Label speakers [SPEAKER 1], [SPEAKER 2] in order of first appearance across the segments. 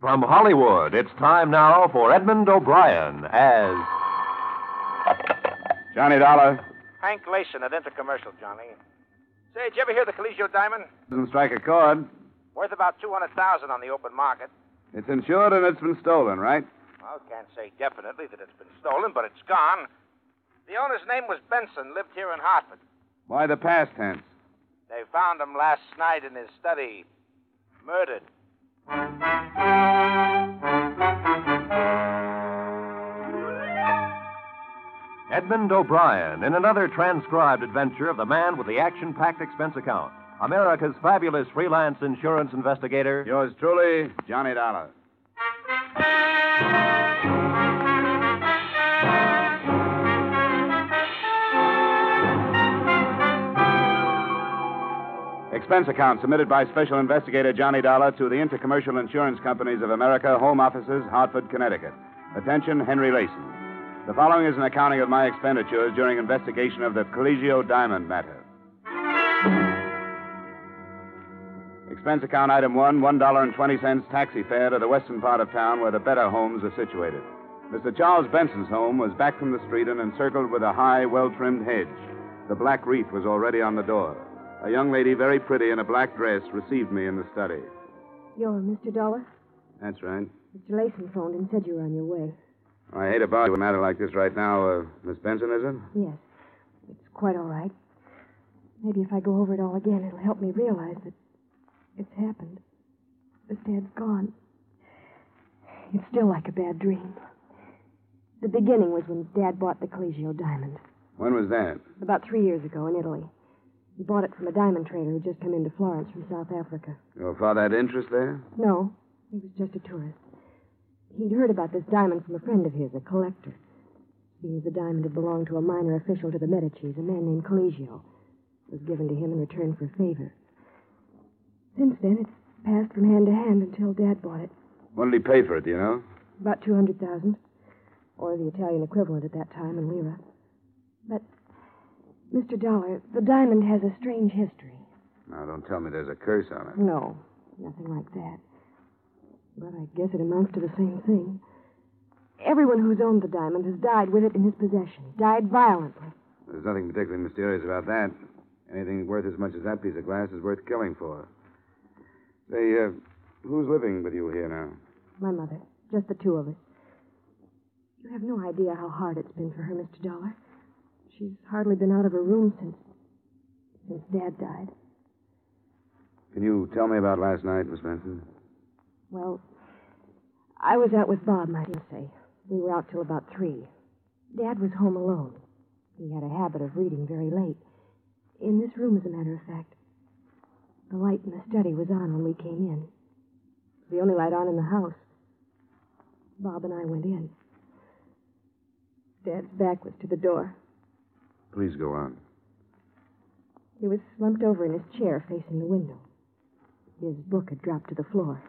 [SPEAKER 1] From Hollywood, it's time now for Edmund O'Brien as. Johnny Dollar
[SPEAKER 2] Hank Lason at Intercommercial, Johnny. Say, did you ever hear the Collegio Diamond?
[SPEAKER 1] doesn't strike a chord.
[SPEAKER 2] Worth about 200000 on the open market.
[SPEAKER 1] It's insured and it's been stolen, right?
[SPEAKER 2] Well, can't say definitely that it's been stolen, but it's gone. The owner's name was Benson, lived here in Hartford.
[SPEAKER 1] Why the past tense?
[SPEAKER 2] They found him last night in his study. Murdered.
[SPEAKER 1] Edmund O'Brien in another transcribed adventure of the man with the action packed expense account. America's fabulous freelance insurance investigator. Yours truly, Johnny Dollar. Expense account submitted by Special Investigator Johnny Dollar to the Intercommercial Insurance Companies of America, Home Offices, Hartford, Connecticut. Attention, Henry Lason. The following is an accounting of my expenditures during investigation of the Collegio Diamond matter. Expense account item one, $1.20 taxi fare to the western part of town where the better homes are situated. Mr. Charles Benson's home was back from the street and encircled with a high, well trimmed hedge. The black wreath was already on the door. A young lady, very pretty in a black dress, received me in the study.
[SPEAKER 3] You're Mr. Dollar?
[SPEAKER 1] That's right.
[SPEAKER 3] Mr. Lason phoned and said you were on your way.
[SPEAKER 1] I hate about a matter like this right now. Uh, Miss Benson, is it?
[SPEAKER 3] Yes. It's quite all right. Maybe if I go over it all again, it'll help me realize that it's happened. That Dad's gone. It's still like a bad dream. The beginning was when Dad bought the Collegio diamond,
[SPEAKER 1] When was that?
[SPEAKER 3] about three years ago in Italy. He bought it from a diamond trader who'd just come into Florence from South Africa.
[SPEAKER 1] Your father had interest there?
[SPEAKER 3] No, he was just a tourist. He'd heard about this diamond from a friend of his, a collector. He was the diamond that belonged to a minor official to the Medicis, a man named Collegio. It was given to him in return for a favor. Since then, it's passed from hand to hand until Dad bought it.
[SPEAKER 1] What did he pay for it, do you know?
[SPEAKER 3] About 200000 or the Italian equivalent at that time in lira. But, Mr. Dollar, the diamond has a strange history.
[SPEAKER 1] Now, don't tell me there's a curse on it.
[SPEAKER 3] No, nothing like that. But I guess it amounts to the same thing. Everyone who's owned the diamond has died with it in his possession, died violently.
[SPEAKER 1] There's nothing particularly mysterious about that. Anything worth as much as that piece of glass is worth killing for. Say, uh, who's living with you here now?
[SPEAKER 3] My mother, just the two of us. You have no idea how hard it's been for her, Mr. Dollar. She's hardly been out of her room since. since Dad died.
[SPEAKER 1] Can you tell me about last night, Miss Benson?
[SPEAKER 3] Well, I was out with Bob, my fiancé. We were out till about three. Dad was home alone. He had a habit of reading very late. In this room, as a matter of fact. The light in the study was on when we came in. The only light on in the house. Bob and I went in. Dad's back was to the door.
[SPEAKER 1] Please go on.
[SPEAKER 3] He was slumped over in his chair facing the window. His book had dropped to the floor.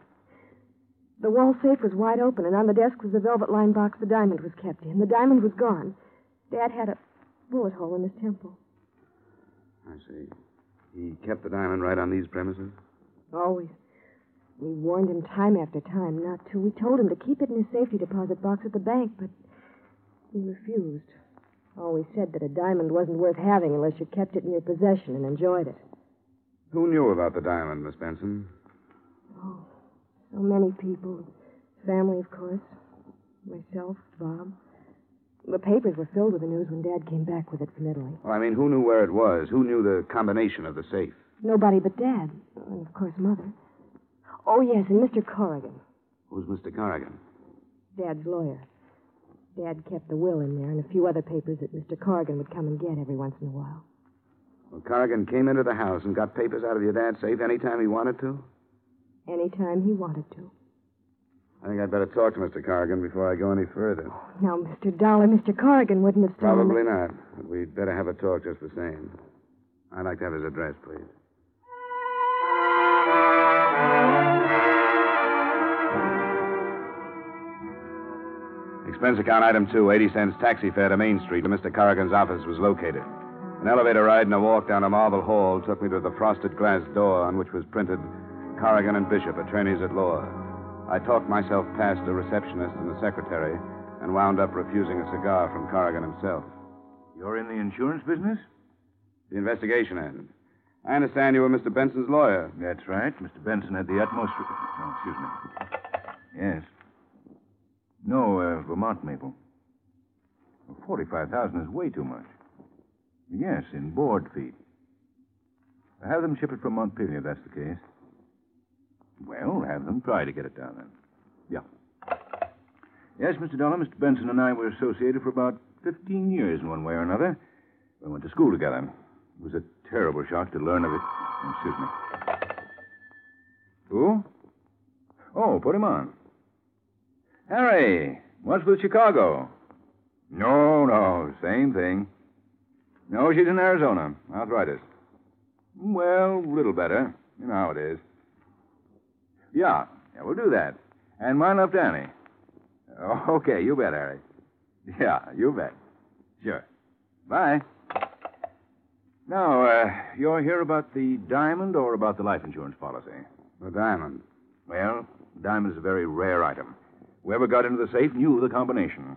[SPEAKER 3] The wall safe was wide open, and on the desk was the velvet lined box the diamond was kept in. The diamond was gone. Dad had a bullet hole in his temple.
[SPEAKER 1] I see. He kept the diamond right on these premises?
[SPEAKER 3] Always. We warned him time after time not to. We told him to keep it in his safety deposit box at the bank, but he refused. Always said that a diamond wasn't worth having unless you kept it in your possession and enjoyed it.
[SPEAKER 1] Who knew about the diamond, Miss Benson?
[SPEAKER 3] Oh, so many people. Family, of course. Myself, Bob. The papers were filled with the news when Dad came back with it from Italy.
[SPEAKER 1] Well, I mean, who knew where it was? Who knew the combination of the safe?
[SPEAKER 3] Nobody but Dad. And, of course, Mother. Oh, yes, and Mr. Corrigan,
[SPEAKER 1] Who's Mr. Corrigan?
[SPEAKER 3] Dad's lawyer. Dad kept the will in there and a few other papers that Mr. Corrigan would come and get every once in a while.
[SPEAKER 1] Well, Corrigan came into the house and got papers out of your dad's safe any time he wanted to?
[SPEAKER 3] Anytime he wanted to.
[SPEAKER 1] I think I'd better talk to Mr. Corrigan before I go any further.
[SPEAKER 3] Now, Mr. Dollar, Mr. Corrigan wouldn't have stolen
[SPEAKER 1] Probably not. But we'd better have a talk just the same. I'd like to have his address, please. Expense account item two, 80 cents taxi fare to Main Street, where Mr. Corrigan's office was located. An elevator ride and a walk down a marble hall took me to the frosted glass door on which was printed Corrigan and Bishop, attorneys at law. I talked myself past the receptionist and the secretary and wound up refusing a cigar from Corrigan himself.
[SPEAKER 4] You're in the insurance business?
[SPEAKER 1] The investigation end. I understand you were Mr. Benson's lawyer.
[SPEAKER 4] That's right. Mr. Benson had the utmost. Re- oh, excuse me. Yes. No, uh, Vermont maple. Forty-five thousand is way too much. Yes, in board feet. Have them ship it from Montpelier if that's the case. Well, have them try to get it down there. Yeah. Yes, Mr. Dollar, Mr. Benson and I were associated for about 15 years in one way or another. We went to school together. It was a terrible shock to learn of it. Oh, Excuse me. Who? Oh, put him on. Harry, what's with Chicago? No, no, same thing. No, she's in Arizona. Arthritis. Well, little better. You know how it is. Yeah, yeah, we'll do that. And mine up Danny. Okay, you bet, Harry. Yeah, you bet. Sure. Bye. Now, uh, you're here about the diamond or about the life insurance policy?
[SPEAKER 1] The diamond.
[SPEAKER 4] Well, diamond is a very rare item. Whoever got into the safe knew the combination.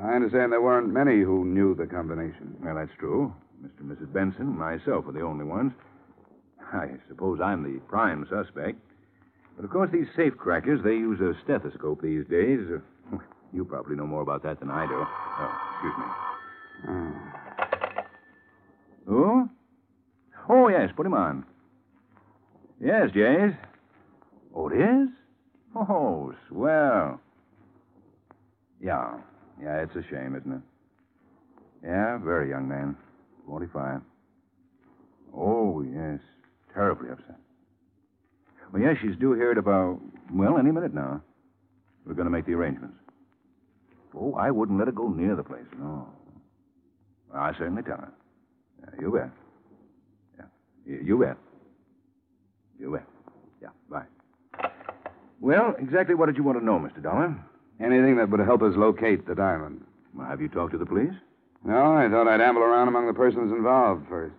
[SPEAKER 1] I understand there weren't many who knew the combination.
[SPEAKER 4] Well, that's true. Mr. and Mrs. Benson and myself were the only ones. I suppose I'm the prime suspect. But of course, these safe crackers, they use a stethoscope these days. Uh, You probably know more about that than I do. Oh, excuse me.
[SPEAKER 1] Ah.
[SPEAKER 4] Who? Oh, yes, put him on. Yes, Jays. Oh, it is? Oh, swell. Yeah. Yeah, it's a shame, isn't it? Yeah, very young man. 45. Oh, yes. Terribly upset. Well, yes, she's due here at about, well, any minute now. We're going to make the arrangements. Oh, I wouldn't let her go near the place, no. Well, I certainly tell her. Yeah, you bet. Yeah. You- You bet. You bet. Yeah, bye. Well, exactly what did you want to know, Mr. Dollar?
[SPEAKER 1] Anything that would help us locate the diamond.
[SPEAKER 4] Well, have you talked to the police?
[SPEAKER 1] No, I thought I'd amble around among the persons involved first.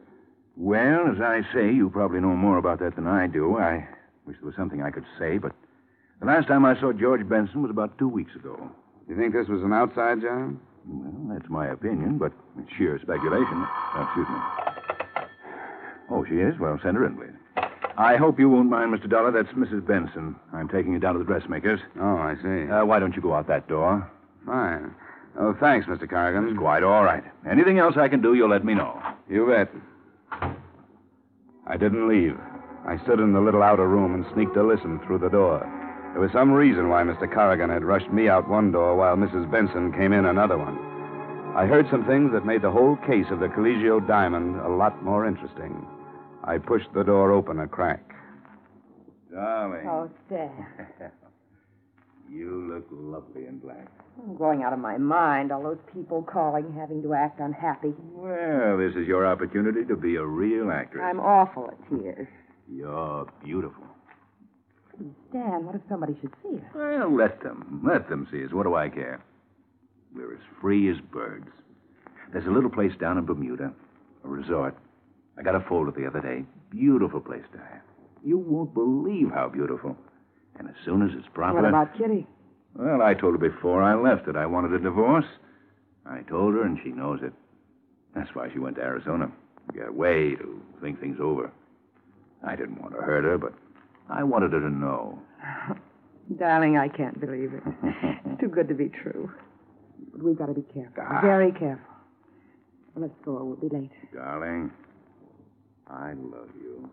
[SPEAKER 4] Well, as I say, you probably know more about that than I do. I wish there was something I could say, but the last time I saw George Benson was about two weeks ago.
[SPEAKER 1] You think this was an outside job?
[SPEAKER 4] Well, that's my opinion, but it's sheer speculation. Oh, excuse me. Oh, she is? Well, send her in, please. I hope you won't mind, Mr. Dollar. That's Mrs. Benson. I'm taking you down to the dressmaker's.
[SPEAKER 1] Oh, I see.
[SPEAKER 4] Uh, why don't you go out that door?
[SPEAKER 1] Fine. Oh, thanks, Mr. Corrigan.
[SPEAKER 4] It's quite all right. Anything else I can do, you'll let me know.
[SPEAKER 1] You bet. I didn't leave. I stood in the little outer room and sneaked a listen through the door. There was some reason why Mr. Corrigan had rushed me out one door while Mrs. Benson came in another one. I heard some things that made the whole case of the Collegio Diamond a lot more interesting. I pushed the door open a crack.
[SPEAKER 4] Darling,
[SPEAKER 5] Oh, Dad.
[SPEAKER 4] you look lovely in black.
[SPEAKER 5] I'm going out of my mind. All those people calling, having to act unhappy.
[SPEAKER 4] Well, this is your opportunity to be a real actress.
[SPEAKER 5] I'm awful at tears.
[SPEAKER 4] You're beautiful.
[SPEAKER 5] Dan, what if somebody should see us?
[SPEAKER 4] Well, let them. Let them see us. What do I care? We're as free as birds. There's a little place down in Bermuda, a resort. I got a folder the other day. Beautiful place, Diane. You won't believe how beautiful. And as soon as it's proper.
[SPEAKER 5] What about Kitty?
[SPEAKER 4] Well, I told her before I left that I wanted a divorce. I told her, and she knows it. That's why she went to Arizona. To get away, to think things over. I didn't want to hurt her, but I wanted her to know.
[SPEAKER 5] Darling, I can't believe it. It's too good to be true. But we've got to be careful.
[SPEAKER 4] Ah.
[SPEAKER 5] Very careful. Let's go. We'll be late.
[SPEAKER 4] Darling, I love you.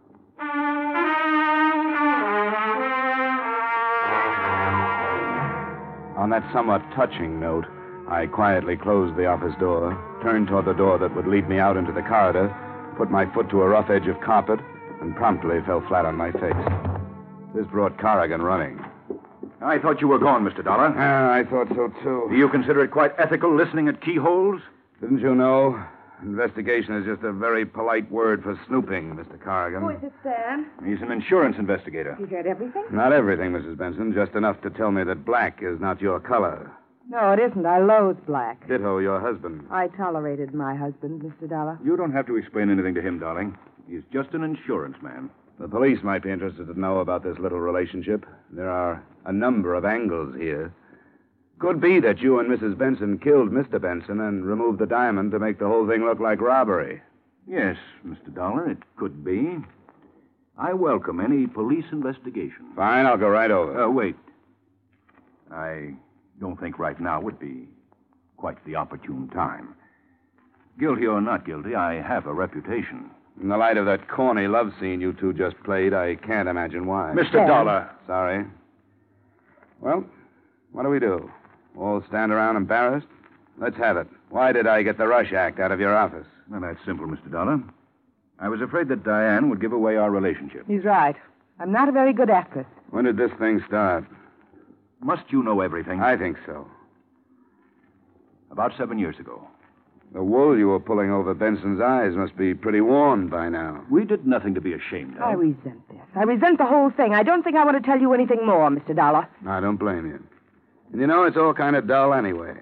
[SPEAKER 1] On that somewhat touching note, I quietly closed the office door, turned toward the door that would lead me out into the corridor, put my foot to a rough edge of carpet, and promptly fell flat on my face. This brought Corrigan running.
[SPEAKER 4] I thought you were gone, Mr. Dollar.
[SPEAKER 1] Ah, I thought so
[SPEAKER 4] Do
[SPEAKER 1] too.
[SPEAKER 4] you consider it quite ethical listening at keyholes?
[SPEAKER 1] Didn't you know? Investigation is just a very polite word for snooping, Mr. Corrigan.
[SPEAKER 5] it, Dan?
[SPEAKER 4] He's an insurance investigator.
[SPEAKER 5] You heard everything?
[SPEAKER 1] Not everything, Mrs. Benson, just enough to tell me that black is not your color.
[SPEAKER 5] No, it isn't. I loathe black.
[SPEAKER 1] Ditto, your husband.
[SPEAKER 5] I tolerated my husband, Mr. Dollar.
[SPEAKER 4] You don't have to explain anything to him, darling. He's just an insurance man.
[SPEAKER 1] The police might be interested to know about this little relationship. There are a number of angles here. Could be that you and Mrs. Benson killed Mr. Benson and removed the diamond to make the whole thing look like robbery.
[SPEAKER 4] Yes, Mr. Dollar, it could be. I welcome any police investigation.
[SPEAKER 1] Fine, I'll go right over.
[SPEAKER 4] Uh, wait. I don't think right now would be quite the opportune time. Guilty or not guilty, I have a reputation.
[SPEAKER 1] In the light of that corny love scene you two just played, I can't imagine why.
[SPEAKER 4] Mr. Dollar.
[SPEAKER 1] Sorry. Well, what do we do? All stand around embarrassed? Let's have it. Why did I get the rush act out of your office?
[SPEAKER 4] Well, that's simple, Mr. Dollar. I was afraid that Diane would give away our relationship.
[SPEAKER 5] He's right. I'm not a very good actress.
[SPEAKER 1] When did this thing start?
[SPEAKER 4] Must you know everything?
[SPEAKER 1] I think so.
[SPEAKER 4] About seven years ago.
[SPEAKER 1] The wool you were pulling over Benson's eyes must be pretty worn by now.
[SPEAKER 4] We did nothing to be ashamed of.
[SPEAKER 5] I resent this. I resent the whole thing. I don't think I want to tell you anything more, Mr. Dollar.
[SPEAKER 1] I don't blame you. And you know, it's all kind of dull anyway.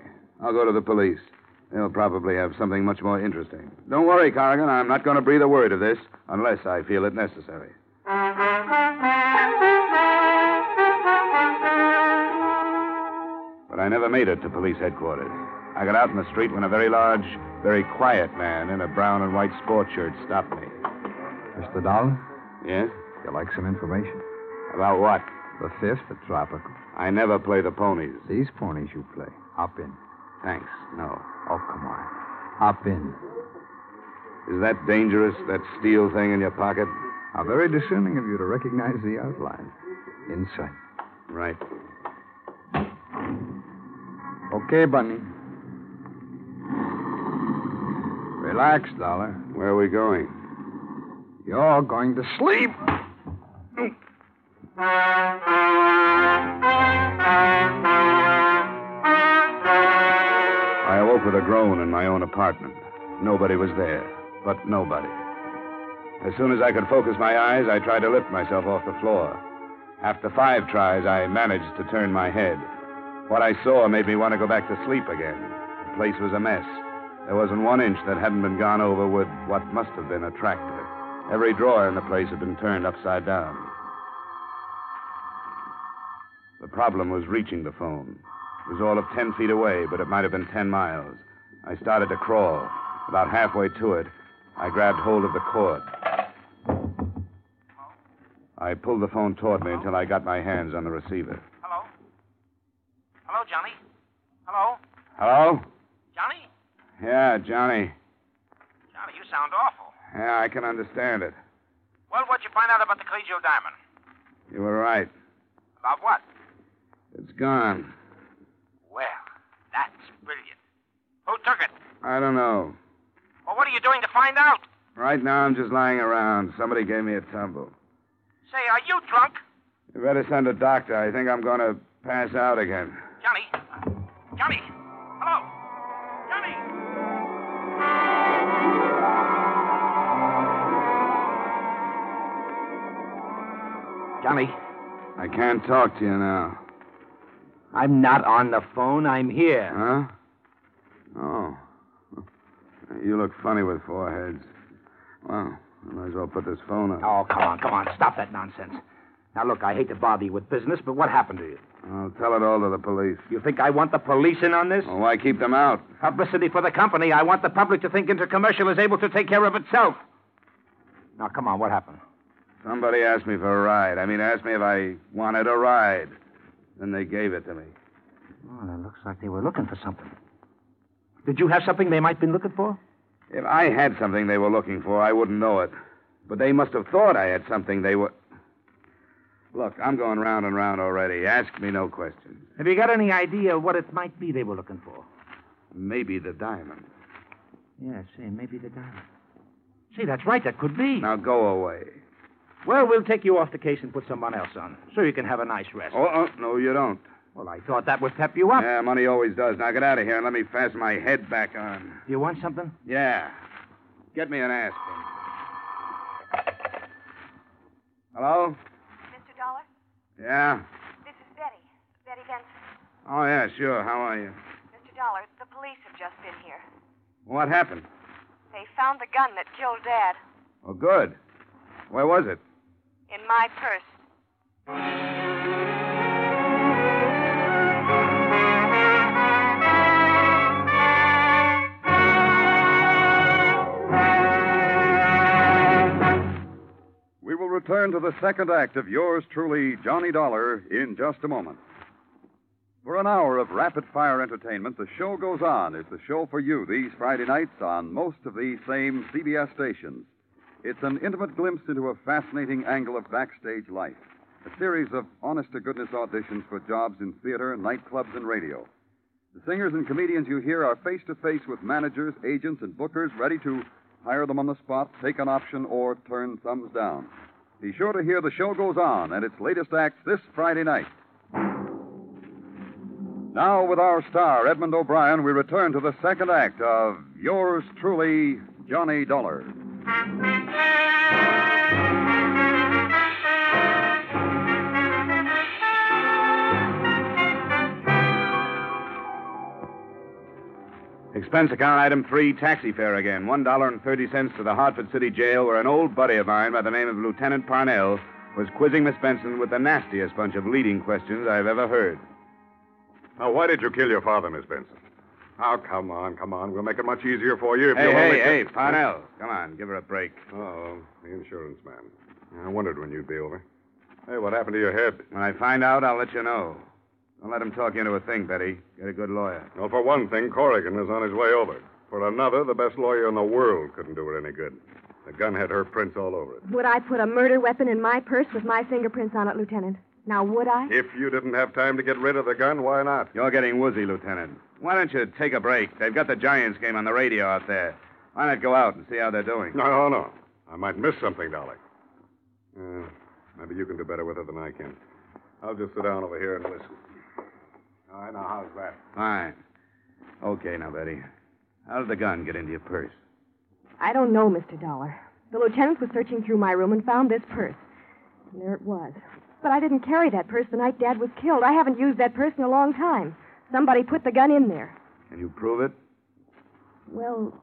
[SPEAKER 1] I'll go to the police. They'll probably have something much more interesting. Don't worry, Corrigan. I'm not going to breathe a word of this unless I feel it necessary. But I never made it to police headquarters. I got out in the street when a very large, very quiet man in a brown and white sport shirt stopped me.
[SPEAKER 6] Mr. Dollar,
[SPEAKER 1] Yes?
[SPEAKER 6] you like some information?
[SPEAKER 1] About what?
[SPEAKER 6] The fifth, the tropical.
[SPEAKER 1] I never play the ponies.
[SPEAKER 6] These ponies you play. Hop in.
[SPEAKER 1] Thanks. No.
[SPEAKER 6] Oh, come on. Hop in.
[SPEAKER 1] Is that dangerous, that steel thing in your pocket?
[SPEAKER 6] How very discerning of you to recognize the outline. Insight.
[SPEAKER 1] Right.
[SPEAKER 6] Okay, Bunny. Relax, Dollar.
[SPEAKER 1] Where are we going?
[SPEAKER 6] You're going to sleep.
[SPEAKER 1] I awoke with a groan in my own apartment. Nobody was there, but nobody. As soon as I could focus my eyes, I tried to lift myself off the floor. After five tries, I managed to turn my head. What I saw made me want to go back to sleep again. The place was a mess. There wasn't one inch that hadn't been gone over with what must have been a tractor. Every drawer in the place had been turned upside down. The problem was reaching the phone. It was all of ten feet away, but it might have been ten miles. I started to crawl. About halfway to it, I grabbed hold of the cord. I pulled the phone toward me until I got my hands on the receiver.
[SPEAKER 2] Hello? Hello, Johnny? Hello?
[SPEAKER 1] Hello?
[SPEAKER 2] Johnny?
[SPEAKER 1] Yeah, Johnny.
[SPEAKER 2] Johnny, you sound awful.
[SPEAKER 1] Yeah, I can understand it.
[SPEAKER 2] Well, what'd you find out about the Collegio Diamond?
[SPEAKER 1] You were right.
[SPEAKER 2] About what?
[SPEAKER 1] It's gone.
[SPEAKER 2] Well, that's brilliant. Who took it?
[SPEAKER 1] I don't know.
[SPEAKER 2] Well, what are you doing to find out?
[SPEAKER 1] Right now, I'm just lying around. Somebody gave me a tumble.
[SPEAKER 2] Say, are you drunk?
[SPEAKER 1] You better send a doctor. I think I'm going to pass out again.
[SPEAKER 2] Johnny? Johnny? Hello? Johnny?
[SPEAKER 7] Johnny,
[SPEAKER 1] I can't talk to you now.
[SPEAKER 7] I'm not on the phone. I'm here.
[SPEAKER 1] Huh? Oh. You look funny with foreheads. Well, I might as well put this phone up.
[SPEAKER 7] Oh, come on, come on. Stop that nonsense. Now, look, I hate to bother you with business, but what happened to you?
[SPEAKER 1] I'll tell it all to the police.
[SPEAKER 7] You think I want the police in on this?
[SPEAKER 1] Well, why keep them out?
[SPEAKER 7] Publicity for the company. I want the public to think Intercommercial is able to take care of itself. Now, come on, what happened?
[SPEAKER 1] Somebody asked me for a ride. I mean, asked me if I wanted a ride. Then they gave it to me.
[SPEAKER 7] Well, it looks like they were looking for something. Did you have something they might be looking for?
[SPEAKER 1] If I had something they were looking for, I wouldn't know it. But they must have thought I had something they were. Look, I'm going round and round already. Ask me no questions.
[SPEAKER 7] Have you got any idea what it might be they were looking for?
[SPEAKER 1] Maybe the diamond.
[SPEAKER 7] Yeah, say, maybe the diamond. See, that's right. That could be.
[SPEAKER 1] Now go away.
[SPEAKER 7] Well, we'll take you off the case and put someone else on, so you can have a nice rest.
[SPEAKER 1] Oh, oh no, you don't.
[SPEAKER 7] Well, I thought that would pep you up.
[SPEAKER 1] Yeah, money always does. Now get out of here and let me fasten my head back on.
[SPEAKER 7] Do you want something?
[SPEAKER 1] Yeah. Get me an aspirin. Hello?
[SPEAKER 8] Mr. Dollar,
[SPEAKER 1] Yeah?
[SPEAKER 8] this is Betty. Betty Benson.
[SPEAKER 1] Oh, yeah, sure. How are you?
[SPEAKER 8] Mr. Dollar, the police have just been here.
[SPEAKER 1] What happened?
[SPEAKER 8] They found the gun that killed Dad.
[SPEAKER 1] Oh, good. Where was it?
[SPEAKER 8] In my purse.
[SPEAKER 9] We will return to the second act of yours truly, Johnny Dollar, in just a moment. For an hour of rapid fire entertainment, the show goes on is the show for you these Friday nights on most of these same CBS stations. It's an intimate glimpse into a fascinating angle of backstage life, a series of honest to goodness auditions for jobs in theater, nightclubs, and radio. The singers and comedians you hear are face to face with managers, agents, and bookers ready to hire them on the spot, take an option, or turn thumbs down. Be sure to hear The Show Goes On and its latest act this Friday night. Now, with our star, Edmund O'Brien, we return to the second act of Yours Truly, Johnny Dollar.
[SPEAKER 1] Expense account item three, taxi fare again. $1.30 to the Hartford City Jail, where an old buddy of mine by the name of Lieutenant Parnell was quizzing Miss Benson with the nastiest bunch of leading questions I've ever heard.
[SPEAKER 10] Now, why did you kill your father, Miss Benson? Oh, come on, come on. We'll make it much easier for you if
[SPEAKER 1] hey,
[SPEAKER 10] you'll
[SPEAKER 1] hey,
[SPEAKER 10] only...
[SPEAKER 1] hey, Parnell, come on, give her a break.
[SPEAKER 10] Oh, the insurance man. I wondered when you'd be over. Hey, what happened to your head?
[SPEAKER 1] When I find out, I'll let you know. Don't let him talk you into a thing, Betty. Get a good lawyer.
[SPEAKER 10] Well, for one thing, Corrigan is on his way over. For another, the best lawyer in the world couldn't do it any good. The gun had her prints all over it.
[SPEAKER 3] Would I put a murder weapon in my purse with my fingerprints on it, Lieutenant? Now, would I?
[SPEAKER 10] If you didn't have time to get rid of the gun, why not?
[SPEAKER 1] You're getting woozy, Lieutenant. Why don't you take a break? They've got the Giants game on the radio out there. Why not go out and see how they're doing?
[SPEAKER 10] No, no, no. I might miss something, Dolly. Uh, maybe you can do better with it than I can. I'll just sit down over here and listen. All right, now, how's that?
[SPEAKER 1] Fine. Okay, now, Betty. How did the gun get into your purse?
[SPEAKER 3] I don't know, Mr. Dollar. The lieutenant was searching through my room and found this purse. And there it was. But I didn't carry that purse the night Dad was killed. I haven't used that purse in a long time. Somebody put the gun in there.
[SPEAKER 1] Can you prove it?
[SPEAKER 3] Well,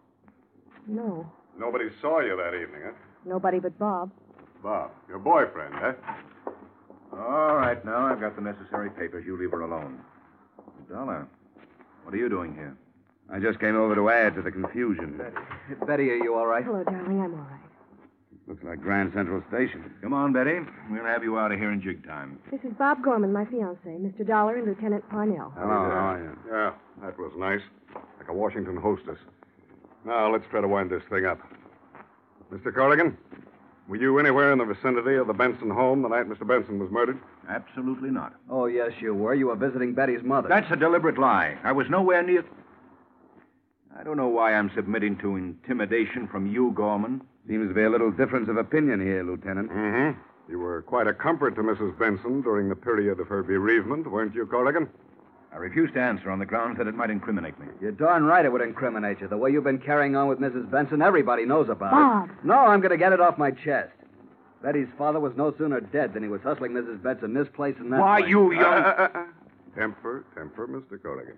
[SPEAKER 3] no.
[SPEAKER 10] Nobody saw you that evening, huh?
[SPEAKER 3] Nobody but Bob.
[SPEAKER 10] Bob, your boyfriend, huh?
[SPEAKER 4] All right, now I've got the necessary papers. You leave her alone. Dollar, what are you doing here?
[SPEAKER 1] I just came over to add to the confusion.
[SPEAKER 7] Betty, are you all right?
[SPEAKER 3] Hello, darling. I'm all right.
[SPEAKER 1] Looks like Grand Central Station.
[SPEAKER 4] Come on, Betty. We'll have you out of here in jig time.
[SPEAKER 3] This is Bob Gorman, my fiance, Mr. Dollar and Lieutenant Parnell.
[SPEAKER 1] Hello, how are you?
[SPEAKER 10] Yeah, that was nice. Like a Washington hostess. Now, let's try to wind this thing up. Mr. Corrigan, were you anywhere in the vicinity of the Benson home the night Mr. Benson was murdered?
[SPEAKER 4] Absolutely not.
[SPEAKER 7] Oh, yes, you were. You were visiting Betty's mother.
[SPEAKER 4] That's a deliberate lie. I was nowhere near. I don't know why I'm submitting to intimidation from you, Gorman.
[SPEAKER 1] Seems to be a little difference of opinion here, Lieutenant.
[SPEAKER 10] Mm hmm. You were quite a comfort to Mrs. Benson during the period of her bereavement, weren't you, Corrigan?
[SPEAKER 4] I refuse to answer on the grounds that it might incriminate me.
[SPEAKER 7] You're darn right it would incriminate you. The way you've been carrying on with Mrs. Benson, everybody knows about
[SPEAKER 3] Bob.
[SPEAKER 7] it. No, I'm going to get it off my chest. Betty's father was no sooner dead than he was hustling Mrs. Benson this place and that.
[SPEAKER 4] Why,
[SPEAKER 7] place.
[SPEAKER 1] Oh,
[SPEAKER 4] you
[SPEAKER 10] Uh,
[SPEAKER 4] young.
[SPEAKER 10] Temper, temper, Mr. Corrigan.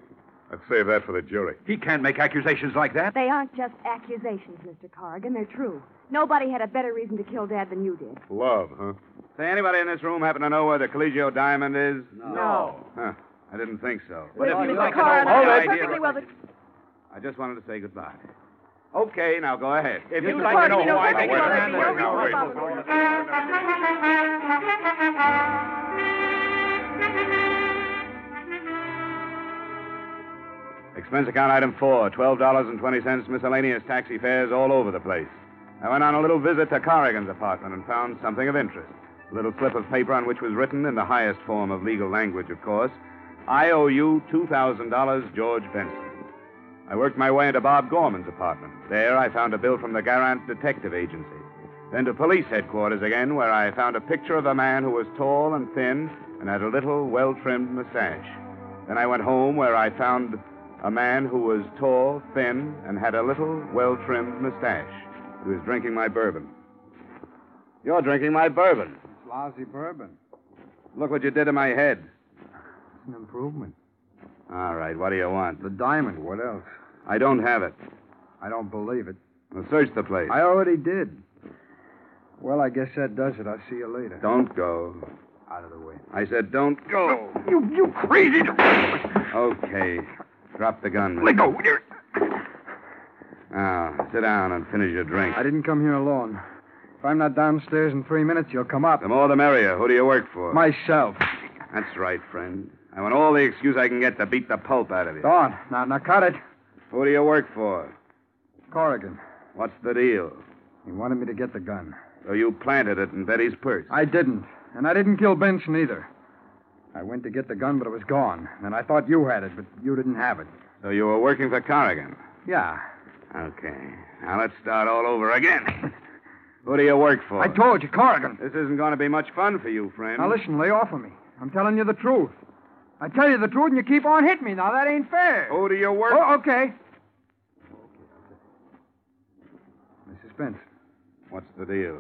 [SPEAKER 10] Let's save that for the jury.
[SPEAKER 4] He can't make accusations like that.
[SPEAKER 3] They aren't just accusations, Mr. Corrigan. They're true. Nobody had a better reason to kill Dad than you did.
[SPEAKER 10] Love, huh?
[SPEAKER 1] Say, anybody in this room happen to know where the Collegio Diamond is?
[SPEAKER 3] No.
[SPEAKER 1] Huh. I didn't think so.
[SPEAKER 7] But if
[SPEAKER 3] Mr.
[SPEAKER 7] you'd like to know
[SPEAKER 3] Corrigan,
[SPEAKER 7] why-
[SPEAKER 3] I
[SPEAKER 1] Hold it.
[SPEAKER 3] perfectly well that-
[SPEAKER 1] I just wanted to say goodbye. Okay, now go ahead.
[SPEAKER 7] If
[SPEAKER 3] Mr.
[SPEAKER 7] you'd like to
[SPEAKER 3] Corrigan,
[SPEAKER 7] know
[SPEAKER 3] you know
[SPEAKER 7] why
[SPEAKER 3] perfectly
[SPEAKER 10] wait a
[SPEAKER 3] well that
[SPEAKER 10] minute,
[SPEAKER 3] we
[SPEAKER 10] now,
[SPEAKER 3] always
[SPEAKER 10] wait.
[SPEAKER 3] love Bob.
[SPEAKER 1] Expense account item four, $12.20 miscellaneous taxi fares all over the place. I went on a little visit to Corrigan's apartment and found something of interest. A little slip of paper on which was written, in the highest form of legal language, of course, I owe you $2,000, George Benson. I worked my way into Bob Gorman's apartment. There, I found a bill from the Garant Detective Agency. Then to police headquarters again, where I found a picture of a man who was tall and thin and had a little, well trimmed mustache. Then I went home, where I found a man who was tall, thin, and had a little, well trimmed mustache. He was drinking my bourbon. You're drinking my bourbon.
[SPEAKER 6] Lousy bourbon.
[SPEAKER 1] Look what you did to my head.
[SPEAKER 6] It's an improvement.
[SPEAKER 1] All right, what do you want?
[SPEAKER 6] The diamond. What else?
[SPEAKER 1] I don't have it.
[SPEAKER 6] I don't believe it.
[SPEAKER 1] Well, search the place.
[SPEAKER 6] I already did. Well, I guess that does it. I'll see you later.
[SPEAKER 1] Don't go.
[SPEAKER 6] Out of the way.
[SPEAKER 1] I said, don't go.
[SPEAKER 6] You, you crazy.
[SPEAKER 1] Okay. Drop the gun.
[SPEAKER 6] Let go.
[SPEAKER 1] Now, sit down and finish your drink.
[SPEAKER 6] I didn't come here alone. If I'm not downstairs in three minutes, you'll come up.
[SPEAKER 1] The more the merrier. Who do you work for?
[SPEAKER 6] Myself.
[SPEAKER 1] That's right, friend. I want all the excuse I can get to beat the pulp out of you.
[SPEAKER 6] Go on. Now, now cut it.
[SPEAKER 1] Who do you work for?
[SPEAKER 6] Corrigan.
[SPEAKER 1] What's the deal?
[SPEAKER 6] He wanted me to get the gun.
[SPEAKER 1] So you planted it in Betty's purse.
[SPEAKER 6] I didn't. And I didn't kill Benson either. I went to get the gun, but it was gone. And I thought you had it, but you didn't have it.
[SPEAKER 1] So you were working for Corrigan?
[SPEAKER 6] Yeah.
[SPEAKER 1] Okay. Now let's start all over again. Who do you work for?
[SPEAKER 6] I told you, Corrigan.
[SPEAKER 1] This isn't going to be much fun for you, friend.
[SPEAKER 6] Now listen, lay off of me. I'm telling you the truth. I tell you the truth, and you keep on hitting me. Now that ain't fair.
[SPEAKER 1] Who do you work
[SPEAKER 6] Oh, okay. Mrs. Benson.
[SPEAKER 1] What's the deal?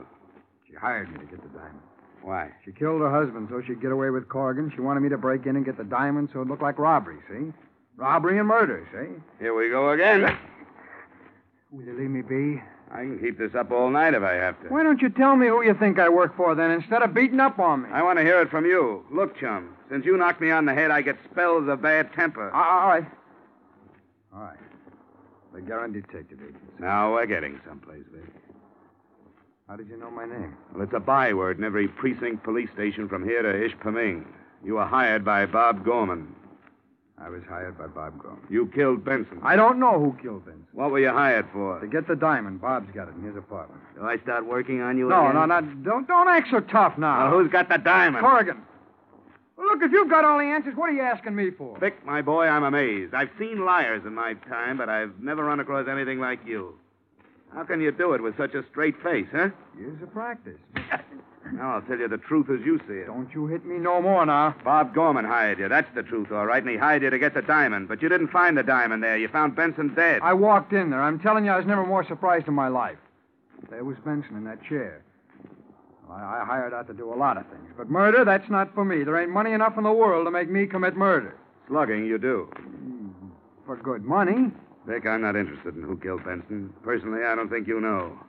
[SPEAKER 6] She hired me to get the diamond.
[SPEAKER 1] Why?
[SPEAKER 6] She killed her husband so she'd get away with Corrigan. She wanted me to break in and get the diamond so it looked like robbery, see? Robbery and murder, see?
[SPEAKER 1] Here we go again.
[SPEAKER 6] Will you leave me be?
[SPEAKER 1] I can keep this up all night if I have to.
[SPEAKER 6] Why don't you tell me who you think I work for then instead of beating up on me?
[SPEAKER 1] I want to hear it from you. Look, chum, since you knocked me on the head, I get spells of bad temper.
[SPEAKER 6] A- All right. All right. The Garand Detective Agency.
[SPEAKER 1] Now we're getting someplace, Vic.
[SPEAKER 6] How did you know my name?
[SPEAKER 1] Well, it's a byword in every precinct police station from here to Ishpeming. You were hired by Bob Gorman.
[SPEAKER 6] I was hired by Bob Gorman.
[SPEAKER 1] You killed Benson.
[SPEAKER 6] I don't know who killed Benson.
[SPEAKER 1] What were you hired for?
[SPEAKER 6] To get the diamond, Bob's got it in his apartment.
[SPEAKER 1] Do I start working on you
[SPEAKER 6] No,
[SPEAKER 1] again?
[SPEAKER 6] no, no. Don't, don't act so tough now.
[SPEAKER 1] Well, who's got the diamond?
[SPEAKER 6] Corrigan. Well, look, if you've got all the answers, what are you asking me for?
[SPEAKER 1] Vic, my boy, I'm amazed. I've seen liars in my time, but I've never run across anything like you. How can you do it with such a straight face, huh?
[SPEAKER 6] Years of practice.
[SPEAKER 1] Now I'll tell you the truth as you see it.
[SPEAKER 6] Don't you hit me no more now.
[SPEAKER 1] Bob Gorman hired you. That's the truth, all right. And he hired you to get the diamond. But you didn't find the diamond there. You found Benson dead.
[SPEAKER 6] I walked in there. I'm telling you, I was never more surprised in my life. There was Benson in that chair. Well, I, I hired out to do a lot of things, but murder, that's not for me. There ain't money enough in the world to make me commit murder.
[SPEAKER 1] Slugging, you do.
[SPEAKER 6] For good money.
[SPEAKER 1] Vic, I'm not interested in who killed Benson. Personally, I don't think you know.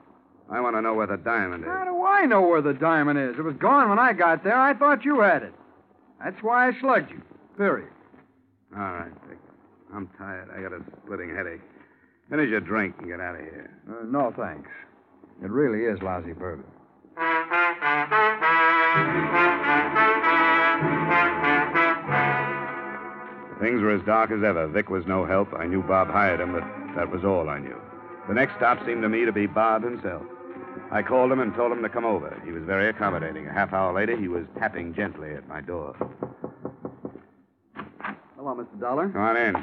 [SPEAKER 1] I want to know where the diamond
[SPEAKER 6] How
[SPEAKER 1] is.
[SPEAKER 6] do I know where the diamond is? It was gone when I got there. I thought you had it. That's why I slugged you. Period.
[SPEAKER 1] All right, Vic. I'm tired. I got a splitting headache. Finish your drink and get out of here.
[SPEAKER 6] Uh, no, thanks. It really is lousy bourbon.
[SPEAKER 1] Things were as dark as ever. Vic was no help. I knew Bob hired him, but that was all I knew. The next stop seemed to me to be Bob himself. I called him and told him to come over. He was very accommodating. A half hour later, he was tapping gently at my door.
[SPEAKER 11] Hello, Mr. Dollar.
[SPEAKER 1] Come on in.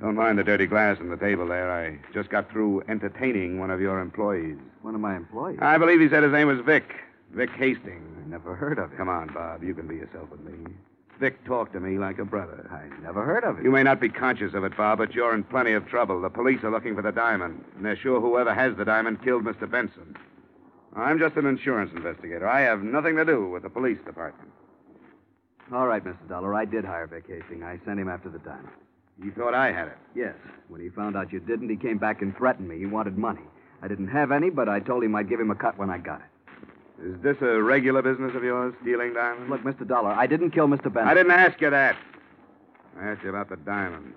[SPEAKER 1] Don't mind the dirty glass on the table there. I just got through entertaining one of your employees.
[SPEAKER 11] One of my employees.
[SPEAKER 1] I believe he said his name was Vic. Vic Hastings.
[SPEAKER 11] I never heard of it.
[SPEAKER 1] Come on, Bob. You can be yourself with me. Vic talked to me like a brother.
[SPEAKER 11] I never heard of it.
[SPEAKER 1] You may not be conscious of it, Bob, but you're in plenty of trouble. The police are looking for the diamond, and they're sure whoever has the diamond killed Mr. Benson. I'm just an insurance investigator. I have nothing to do with the police department.
[SPEAKER 11] All right, Mr. Dollar. I did hire Vic Hastings. I sent him after the diamond.
[SPEAKER 1] You thought I had it.
[SPEAKER 11] Yes. When he found out you didn't, he came back and threatened me. He wanted money. I didn't have any, but I told him I'd give him a cut when I got it.
[SPEAKER 1] Is this a regular business of yours, stealing diamonds?
[SPEAKER 11] Look, Mr. Dollar, I didn't kill Mr. Benson.
[SPEAKER 1] I didn't ask you that. I asked you about the diamond.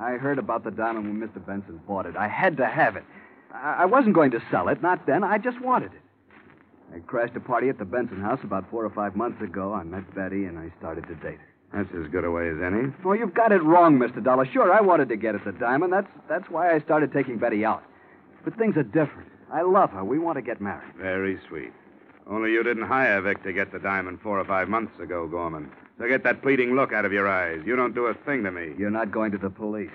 [SPEAKER 11] I heard about the diamond when Mr. Benson bought it. I had to have it. I, I wasn't going to sell it, not then. I just wanted it. I crashed a party at the Benson house about four or five months ago. I met Betty and I started to date her.
[SPEAKER 1] That's as good a way as any.
[SPEAKER 11] Oh, you've got it wrong, Mr. Dollar. Sure, I wanted to get at the diamond. That's that's why I started taking Betty out. But things are different. I love her. We want to get married.
[SPEAKER 1] Very sweet. Only you didn't hire Vic to get the diamond four or five months ago, Gorman. So get that pleading look out of your eyes. You don't do a thing to me.
[SPEAKER 11] You're not going to the police.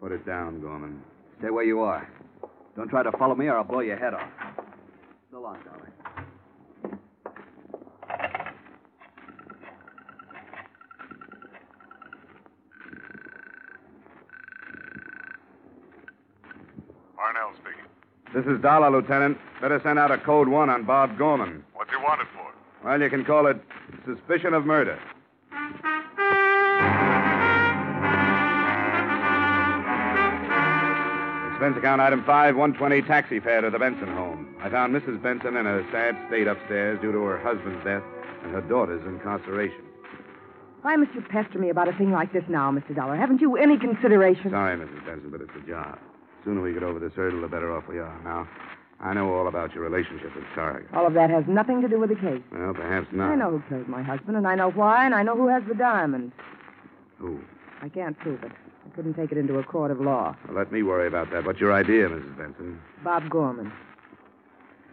[SPEAKER 1] Put it down, Gorman.
[SPEAKER 11] Stay where you are. Don't try to follow me or I'll blow your head off. So long, Dollar.
[SPEAKER 10] Parnell speaking.
[SPEAKER 1] This is Dollar, Lieutenant. Better send out a code one on Bob Gorman.
[SPEAKER 10] What's he wanted for?
[SPEAKER 1] Well, you can call it suspicion of murder. Expense account item 5, 120 taxi fare to the Benson home. I I found Mrs. Benson in a sad state upstairs due to her husband's death and her daughter's incarceration.
[SPEAKER 5] Why must you pester me about a thing like this now, Mr. Dollar? Haven't you any consideration?
[SPEAKER 1] Sorry, Mrs. Benson, but it's the job. sooner we get over this hurdle, the better off we are. Now, I know all about your relationship with Corrigan.
[SPEAKER 5] All of that has nothing to do with the case.
[SPEAKER 1] Well, perhaps not.
[SPEAKER 5] I know who killed my husband, and I know why, and I know who has the diamond.
[SPEAKER 1] Who?
[SPEAKER 5] I can't prove it. I couldn't take it into a court of law.
[SPEAKER 1] Well, let me worry about that. What's your idea, Mrs. Benson?
[SPEAKER 5] Bob Gorman.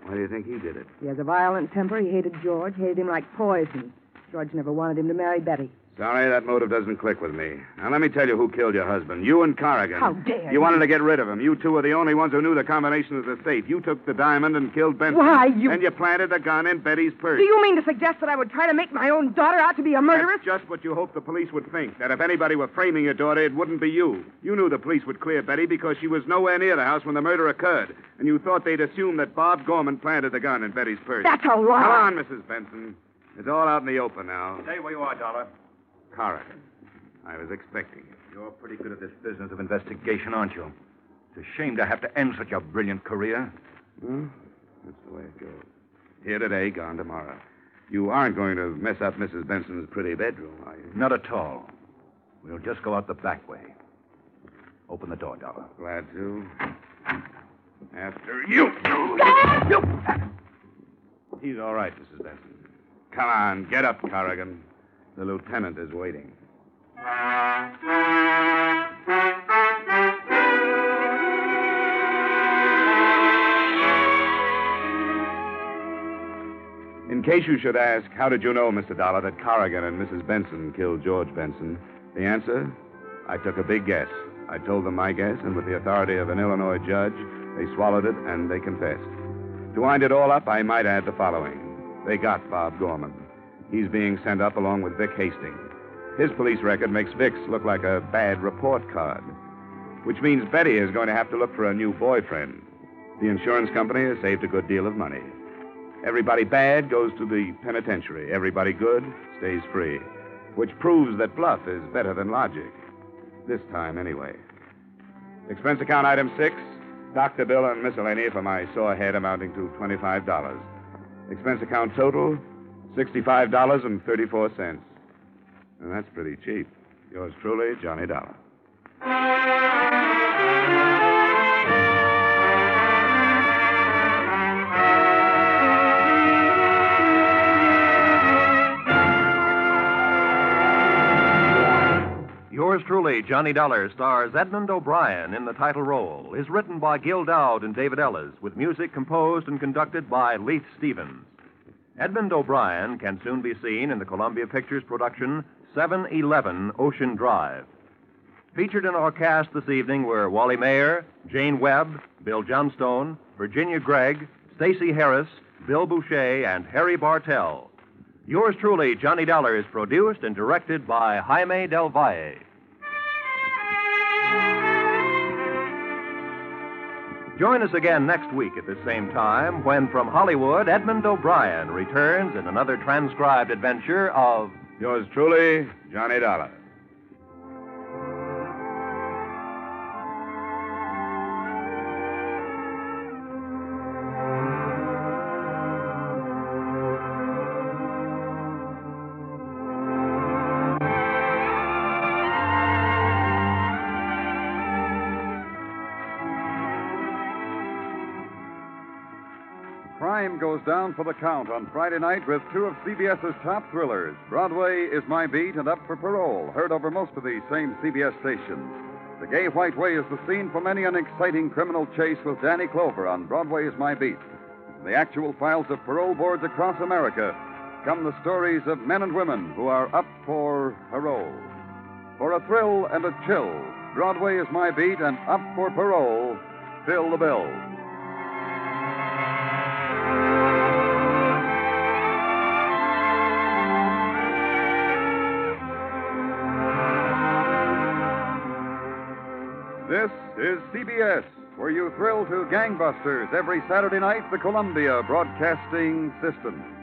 [SPEAKER 1] Why do you think he did it?
[SPEAKER 5] He has a violent temper. He hated George, hated him like poison. George never wanted him to marry Betty.
[SPEAKER 1] Sorry, that motive doesn't click with me. Now, let me tell you who killed your husband. You and Corrigan.
[SPEAKER 5] How dare
[SPEAKER 1] You
[SPEAKER 5] you.
[SPEAKER 1] wanted to get rid of him. You two were the only ones who knew the combination of the safe. You took the diamond and killed Benson.
[SPEAKER 5] Why, you-
[SPEAKER 1] And you planted the gun in Betty's purse.
[SPEAKER 5] Do you mean to suggest that I would try to make my own daughter out to be a murderess?
[SPEAKER 1] That's just what you hoped the police would think. That if anybody were framing your daughter, it wouldn't be you. You knew the police would clear Betty because she was nowhere near the house when the murder occurred. And you thought they'd assume that Bob Gorman planted the gun in Betty's purse.
[SPEAKER 5] That's a lie.
[SPEAKER 1] Come on, Mrs. Benson. It's all out in the open now.
[SPEAKER 7] Stay where you are, Dollar.
[SPEAKER 1] Corrigan. I was expecting you.
[SPEAKER 7] You're pretty good at this business of investigation, aren't you? It's a shame to have to end such a brilliant career.
[SPEAKER 1] Well, that's the way it goes. Here today, gone tomorrow. You aren't going to mess up Mrs. Benson's pretty bedroom, are you?
[SPEAKER 7] Not at all. We'll just go out the back way. Open the door, Dollar.
[SPEAKER 1] Glad to. After you.
[SPEAKER 7] You.
[SPEAKER 1] He's all right, Mrs. Benson. Come on, get up, Corrigan. The lieutenant is waiting. In case you should ask, how did you know, Mr. Dollar, that Corrigan and Mrs. Benson killed George Benson? The answer? I took a big guess. I told them my guess, and with the authority of an Illinois judge, they swallowed it and they confessed. To wind it all up, I might add the following They got Bob Gorman. He's being sent up along with Vic Hastings. His police record makes Vic's look like a bad report card, which means Betty is going to have to look for a new boyfriend. The insurance company has saved a good deal of money. Everybody bad goes to the penitentiary. Everybody good stays free, which proves that bluff is better than logic. This time, anyway. Expense account item six doctor bill and miscellany for my sore head amounting to $25. Expense account total $65.34. And that's pretty cheap. Yours truly, Johnny Dollar.
[SPEAKER 12] Yours truly, Johnny Dollar, stars Edmund O'Brien in the title role, is written by Gil Dowd and David Ellis, with music composed and conducted by Leith Stevens. Edmund O'Brien can soon be seen in the Columbia Pictures production 711 Ocean Drive. Featured in our cast this evening were Wally Mayer, Jane Webb, Bill Johnstone, Virginia Gregg, Stacy Harris, Bill Boucher, and Harry Bartell. Yours truly, Johnny Dollar, is produced and directed by Jaime Del Valle. Join us again next week at this same time when, from Hollywood, Edmund O'Brien returns in another transcribed adventure of
[SPEAKER 1] Yours truly, Johnny Dollar.
[SPEAKER 9] Crime goes down for the count on Friday night with two of CBS's top thrillers. Broadway is My Beat and Up for Parole, heard over most of these same CBS stations. The Gay White Way is the scene for many an exciting criminal chase with Danny Clover on Broadway is My Beat. From the actual files of parole boards across America come the stories of men and women who are up for parole. For a thrill and a chill, Broadway is My Beat and Up for Parole, fill the bill. This is CBS, where you thrill to gangbusters every Saturday night, the Columbia Broadcasting System.